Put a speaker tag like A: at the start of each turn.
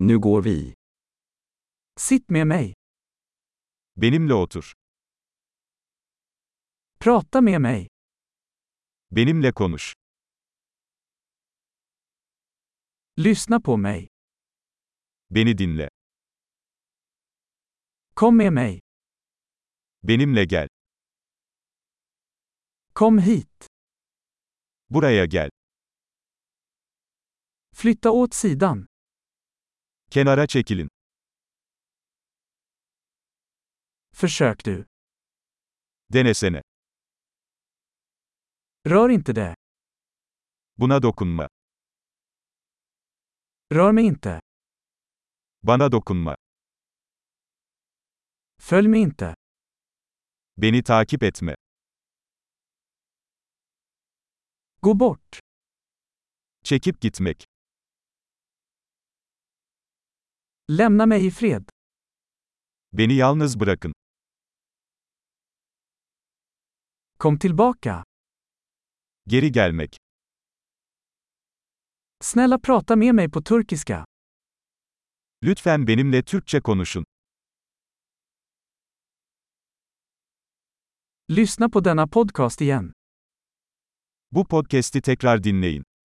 A: Nu går vi.
B: Sitt med mig.
C: Benimle otur.
B: Prata med mig.
C: Benimle konuş.
B: Lyssna på mig.
C: Beni dinle.
B: Kom med mig.
C: Benimle gel.
B: Kom hit.
C: Buraya gel.
B: Flytta åt sidan.
C: Kenara çekilin.
B: Försök du.
C: Denesene.
B: Rör inte det.
C: Buna dokunma.
B: Rör mig inte.
C: Bana dokunma.
B: Följ mig inte.
C: Beni takip etme.
B: Gå bort.
C: Çekip gitmek.
B: Lämna mig i fred.
C: Beni yalnız bırakın.
B: Kom tillbaka.
C: Geri gelmek.
B: Snälla prata med mig på turkiska.
C: Lütfen benimle Türkçe konuşun.
B: Lyssna på denna podcast igen.
C: Bu podcast'i tekrar dinleyin.